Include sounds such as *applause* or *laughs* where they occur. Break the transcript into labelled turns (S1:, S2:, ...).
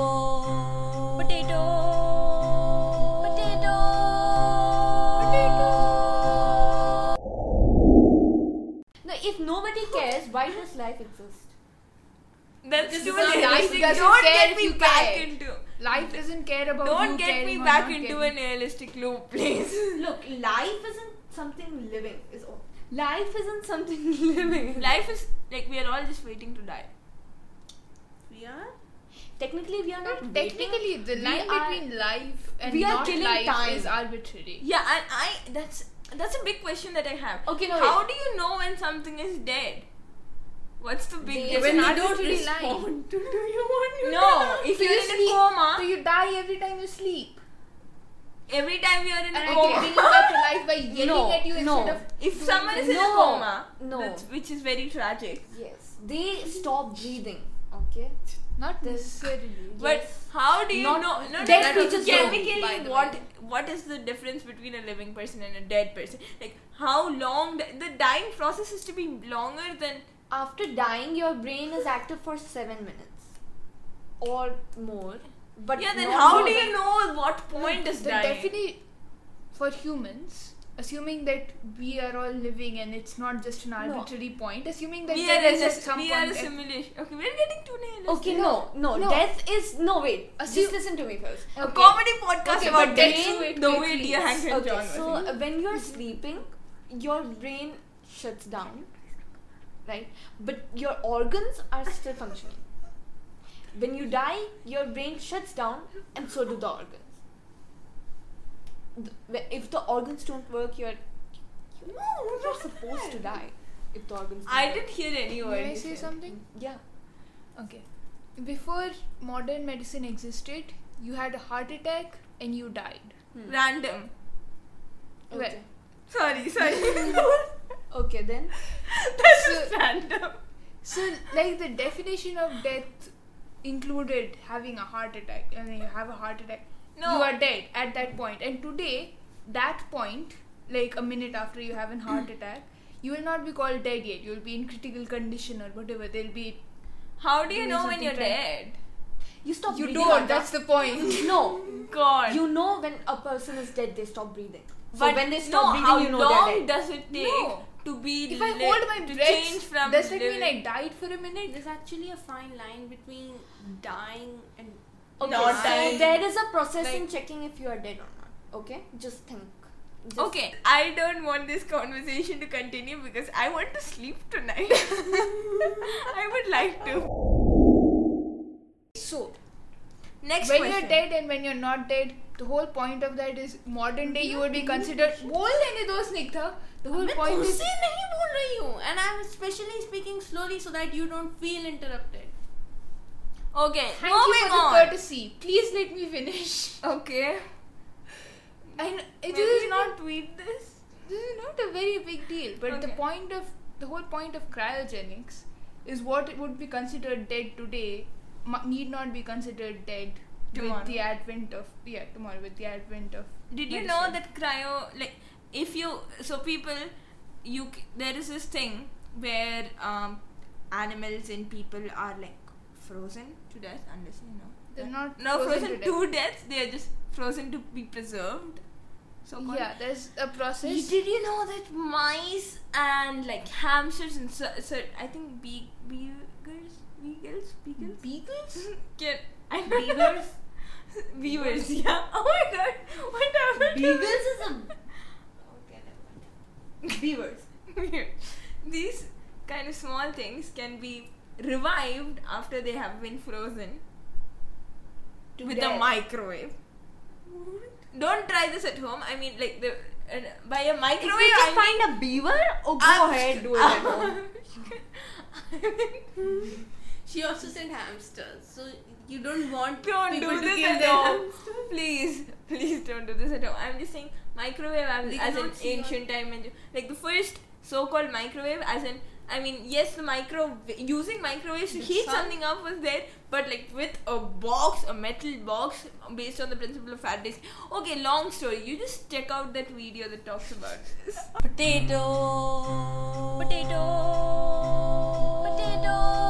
S1: Potato.
S2: Potato.
S1: Potato.
S2: No, if nobody cares, why does life exist?
S1: That's
S3: This
S1: too
S3: is not nice.
S1: realistic.
S3: Doesn't
S1: Don't
S3: care
S1: get
S3: if
S1: me
S3: you
S1: back
S3: care.
S1: into.
S3: Life doesn't care about
S1: Don't
S3: you
S1: get
S3: caring
S1: me
S3: or
S1: back
S3: not
S1: into
S3: caring.
S1: an realistic loop, please. *laughs*
S2: Look, life isn't something living. Is life isn't something *laughs* living.
S1: Life is like we are all just waiting to die.
S2: We are technically we are
S3: No,
S2: not. waiting.
S3: technically, the
S2: We
S3: line
S2: are-
S3: between life and
S2: we are
S3: not
S2: killing
S3: life
S2: time.
S3: is arbitrary.
S1: Yeah, and I that's that's a big question that I have.
S2: Okay, no.
S1: How
S2: wait.
S1: do you know when something is dead? What's the big
S2: They-
S1: deal?
S2: It's
S3: when
S2: an
S3: you don't
S2: arbitrary
S3: rely,
S2: do you want to
S1: No, if
S3: So
S1: you're
S3: you
S1: in a
S3: sleep. so
S1: coma,
S3: you die every time you sleep.
S1: every time you're in
S3: And
S1: a
S3: I can bring you
S1: coma,
S3: back to life
S1: *laughs*
S3: by yelling
S2: No,
S3: at you instead
S2: no.
S3: of.
S1: if someone is in a
S2: No,
S1: coma,
S2: no.
S1: that's, which is very tragic.
S2: Yes, they stop breathing. Okay,
S3: Not
S2: This-
S3: necessarily.
S1: But how do you
S2: Not-
S1: know? No,
S2: dead
S1: no, no,
S2: creatures don't,
S1: chemically,
S3: by the
S1: what
S3: way.
S1: what is the difference between a living person and a dead person? Like how long the, the dying process is to be longer than
S2: after dying, your brain is active for seven minutes or more. But
S1: yeah. Then
S2: not
S1: how
S2: more
S1: do
S2: than-
S1: you know what point is
S3: the
S1: dying?
S3: defini- for humans, assuming that we are all living and it's not just an arbitrary point, assuming that
S1: we
S3: there
S1: are in
S3: is
S1: a,
S3: at some
S1: we
S3: point.
S1: are a
S3: at-
S1: simulation. Okay, we're getting too nihilistic.
S2: Okay, no, no,
S3: No.
S2: Death is no. Wait,
S3: Assume-
S2: just listen to me first.
S1: A
S3: okay.
S1: comedy podcast
S3: Okay,
S1: about
S3: but
S1: death.
S3: let's do it
S1: the way
S3: quickly.
S1: Dear Hank and John
S2: Okay,
S1: was.
S2: so uh, when you're
S3: Mm-hmm.
S2: sleeping, your brain shuts down, right? But your organs are still functioning. When you die, your brain shuts down, and so do the organs. The- wh- If the organs don't work, you're you're supposed to die. If the organs, don't
S1: I
S2: work.
S1: didn't hear any word.
S3: May I
S1: you
S3: say
S1: said.
S3: something?
S2: Yeah.
S3: Okay. Before modern medicine existed, you had a heart attack and you died.
S1: Random.
S2: Okay.
S1: Sorry, sorry.
S3: *laughs*
S1: *laughs*
S2: Okay then.
S1: That's just random.
S3: So, like the definition of death included having a heart attack, and you have a heart attack,
S1: No.
S3: you are dead at that point. And today, that point, like a minute after you
S1: *clears throat*
S3: have a heart attack, you will not be called dead yet. You will be in critical condition or whatever. There'll be
S1: How do you
S3: Doing
S1: know when
S3: something
S1: you're
S3: trying-
S1: dead?
S2: You stop.
S3: you
S2: breathing
S3: don't.
S2: out
S3: That's
S1: *laughs*
S3: the point.
S2: no.
S1: God.
S2: You know when a person is dead, they stop breathing. So
S1: but
S2: when they
S1: no,
S2: stop
S1: how
S2: breathing, you know
S1: long
S2: they're dead.
S1: does it take
S3: No.
S1: to be
S3: If I
S1: li-
S3: hold my
S1: to change
S3: breath,
S1: from
S3: does that mean
S1: living?
S3: I died for a minute?
S4: There's actually a fine line between dying and
S2: Okay,
S1: Not
S2: so
S1: dying.
S2: there is a process in
S1: Like-
S2: checking if you are dead or not. Okay, just think. Just
S1: Okay, I don't want this conversation to continue because I want to sleep tonight. *laughs* I would like to.
S4: *laughs*
S3: So,
S1: Next
S3: when
S1: question.
S3: you're dead and when you're not dead, the whole point of that is modern day you would be considered. बोल लेने दो Snigdha. The whole
S4: मैं
S3: point is
S4: तुमसे नहीं बोल रही हूँ and I'm especially speaking slowly so that you don't feel interrupted.
S1: Okay,
S3: Thank you
S1: moving
S3: for the
S1: on.
S3: courtesy. Please let me
S1: *laughs*
S3: finish.
S1: Okay.
S3: I know, it
S1: Maybe
S3: is
S1: we
S3: not
S1: can tweet this.
S3: this is not a very big deal, but the
S1: Okay.
S3: point of the whole point of cryogenics is what it would be considered dead today mu- need not be considered dead
S1: Tomorrow.
S3: with the advent of yeah tomorrow with the advent of
S1: Did you
S3: medicine.
S1: know that cryo like if you so people you c- there is this thing where um, animals and people are like frozen to death unless you know
S3: They're
S1: that-
S3: not
S1: no
S3: frozen
S1: frozen
S3: to
S1: to death they are just frozen to be preserved so
S3: yeah there's a process
S1: did you know that mice and like hamsters and so, so I think be- beagles beagles beagles *laughs*
S3: beagles
S1: Can, I beavers *laughs* beavers yeah oh my god what happened to
S2: Beagles is a
S4: Okay, never mind.
S1: *laughs*
S2: beavers.
S1: These kind of small things can be revived after they have been frozen
S2: To
S1: with
S2: death.
S1: a microwave. Don't try this at home. I mean, like the and by a
S2: If
S1: microwave,
S2: you
S1: I
S2: can find
S1: mean,
S2: a beaver, oh, go
S4: *laughs*
S1: I'm-
S2: ahead, do it at home.
S4: She also said hamsters, so you don't want
S1: *laughs* don't
S4: people to
S1: do this
S4: kill
S1: at
S4: their
S1: home.
S4: hamsters.
S1: Please, please don't do this at home. I'm just saying microwave as,
S4: They
S1: as an
S4: cannot see
S1: ancient time and like the first so-called microwave as in I mean yes the micro using microwaves to
S4: The
S1: heat
S4: sun.
S1: something up was there but like with a box a metal box based on the principle of Faraday's okay long story you just check out that video that talks about this
S2: Potato. Potato. Potato.